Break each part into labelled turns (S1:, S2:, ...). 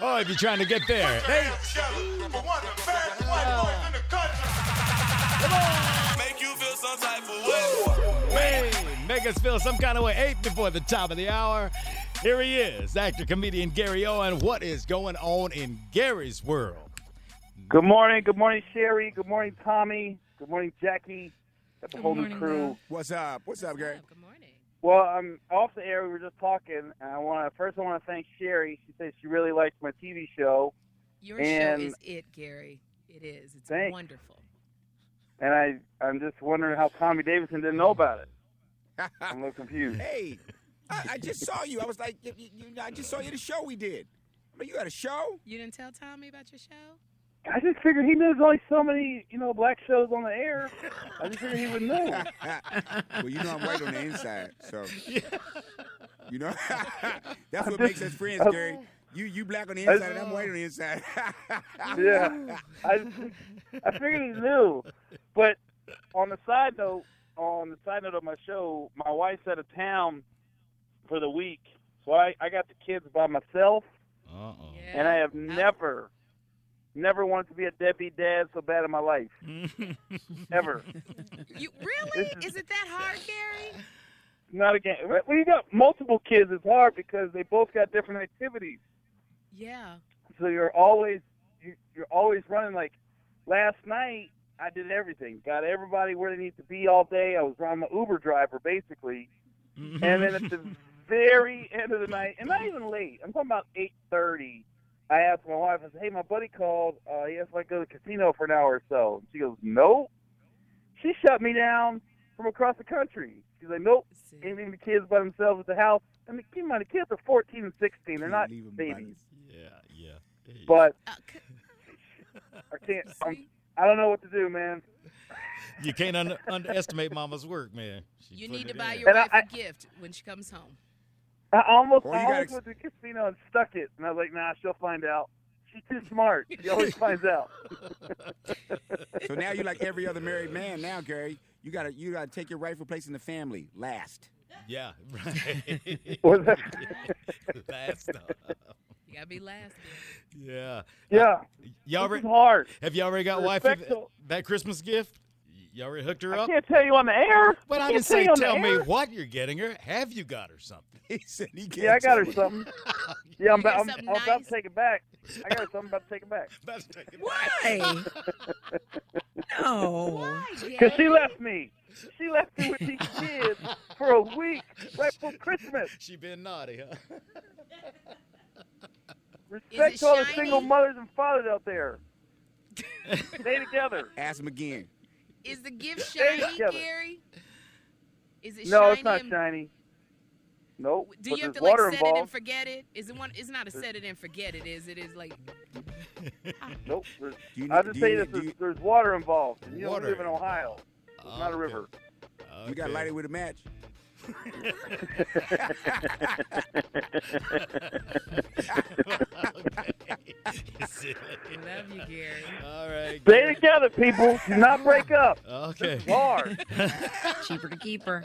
S1: Oh, if you're trying to get there. Hey.
S2: Make you feel some type of way.
S1: Hey, Make us feel some kind of way. Eight before the top of the hour. Here he is, actor, comedian Gary Owen. What is going on in Gary's world?
S3: Good morning. Good morning, Sherry. Good morning, Tommy. Good morning, Jackie. Got the whole
S4: morning,
S3: new crew.
S4: Will.
S5: What's up? What's up, Gary?
S4: Good morning.
S3: Well, I'm off the air. We were just talking, and I want to first I want to thank Sherry. She said she really liked my TV show,
S4: Your
S3: And-
S4: show is it, Gary. It is. It's
S3: Thanks.
S4: wonderful.
S3: and I I'm just wondering how Tommy Davidson didn't know about it. I'm a little confused.
S5: Hey, I, I just saw you. I was like, you, you, you- I just saw you at a show we did. I mean, you had a show?
S4: You didn't tell Tommy about your show?
S3: I just figured he knows only so many you know black shows on the air. I just figured he would know.
S5: well, you know I'm white on the inside, so you know that's what makes us friends, Gary. You you black on the inside, and I'm white on the inside.
S3: Yeah, I I figured he knew, but on the side note, on the side note of my show, my wife's out of town for the week, so I I got the kids by myself.
S1: Uh-oh.
S3: And I have never, never wanted to be a deadbeat dad so bad in my life. Ever.
S4: You really? Is it that hard, Gary?
S3: Not again. When you got multiple kids, it's hard because they both got different activities.
S4: Yeah.
S3: So you're always, you- you're always running. Like last night, I did everything. Got everybody where they need to be all day. I was I'm an Uber driver basically.
S5: Mm-hmm.
S1: Mm-hmm.
S3: And then at the very end of the night, and not even late. I'm talking about 8:30. I asked my wife, I said, "Hey, my buddy called. Uh, he asked if I could go to the casino for an hour or so." She goes, "Nope." She shut me down from across the country. She's like, "Nope."
S4: See.
S3: Ain't leaving the kids by themselves at the house. I mean, keep in mind, the kids are 14 and 16. They're not
S5: Leave 'em by
S3: babies.
S1: Yeah, yeah.
S3: But
S4: Uh, c-
S3: I can't. I'm,
S4: see?
S3: I don't know what to do, man.
S1: You can't un- underestimate mama's work, man. She
S4: you
S1: put
S4: need to
S1: it
S4: buy
S1: in.
S4: your
S3: And I-
S4: wife a
S3: I-
S4: gift when she comes home.
S3: I almost,
S5: Well, you
S3: I
S5: gotta
S3: almost went to the casino and stuck it, and I was like, "Nah, she'll find out. She's too smart. She always finds out."
S5: So now you're like every other married man now, Gary. You gotta you gotta take your rightful place in the family last.
S1: Yeah, right.
S3: Was that?
S1: Last up.
S4: You gotta be last.
S1: Yeah.
S3: Yeah,
S1: You
S3: this is
S1: already,
S3: hard.
S1: have you already got wife
S3: Respectful.
S1: that Christmas gift? You already hooked her
S3: I
S1: up?
S3: can't tell you on the air.
S1: But I
S3: can't
S1: didn't say
S3: you on the
S1: tell me
S3: air.
S1: what you're getting her. Have you got her something?
S5: He said he can't
S3: Yeah, I got
S5: tell
S3: her
S5: me.
S3: something. Yeah, I'm,
S4: You got
S3: about, I'm,
S4: something
S3: I'm about
S4: nice?
S3: to take it back. I got her something. I'm about to take it back.
S1: That's taking
S6: Why? no.
S4: Why,
S3: Cause
S4: Gary?
S3: she left me. She left me with these kids for a week right before Christmas.
S1: She been naughty, huh?
S3: Respect to all the
S4: shiny?
S3: single mothers and fathers out there. Stay together.
S5: Ask him again.
S4: Is the gift
S3: Hey,
S4: shiny,
S3: Kevin.
S4: Gary? Is it
S3: No,
S4: shiny?
S3: it's not
S4: and-
S3: shiny. Nope.
S4: Do
S3: but
S4: you have
S3: there's
S4: to like
S3: water
S4: set it and
S3: involved.
S4: forget it? Is it one? It's not a set it and forget it. Is it? Is like
S3: Nope. there's-
S5: Do you
S3: I'll
S5: need-
S3: just
S5: do
S3: tell
S5: you
S3: you this:
S5: need- do
S3: there's,
S5: you-
S3: there's water involved, and you
S1: Water.
S3: don't live in Ohio. It's not
S1: Okay.
S3: a river.
S5: You gotta
S1: Okay.
S5: light it with a match.
S1: Okay. You silly.
S4: love you, Gary.
S1: All right.
S3: Stay together, people. Do not break up.
S1: Okay.
S3: Hard.
S6: Cheaper to keep her.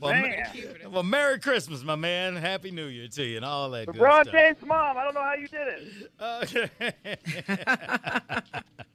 S1: Well,
S3: Man.
S1: mer- well, Merry Christmas, my man. Happy New Year to you and all that good
S3: LeBron
S1: stuff.
S3: James' mom. I don't know how you did it.
S1: Okay.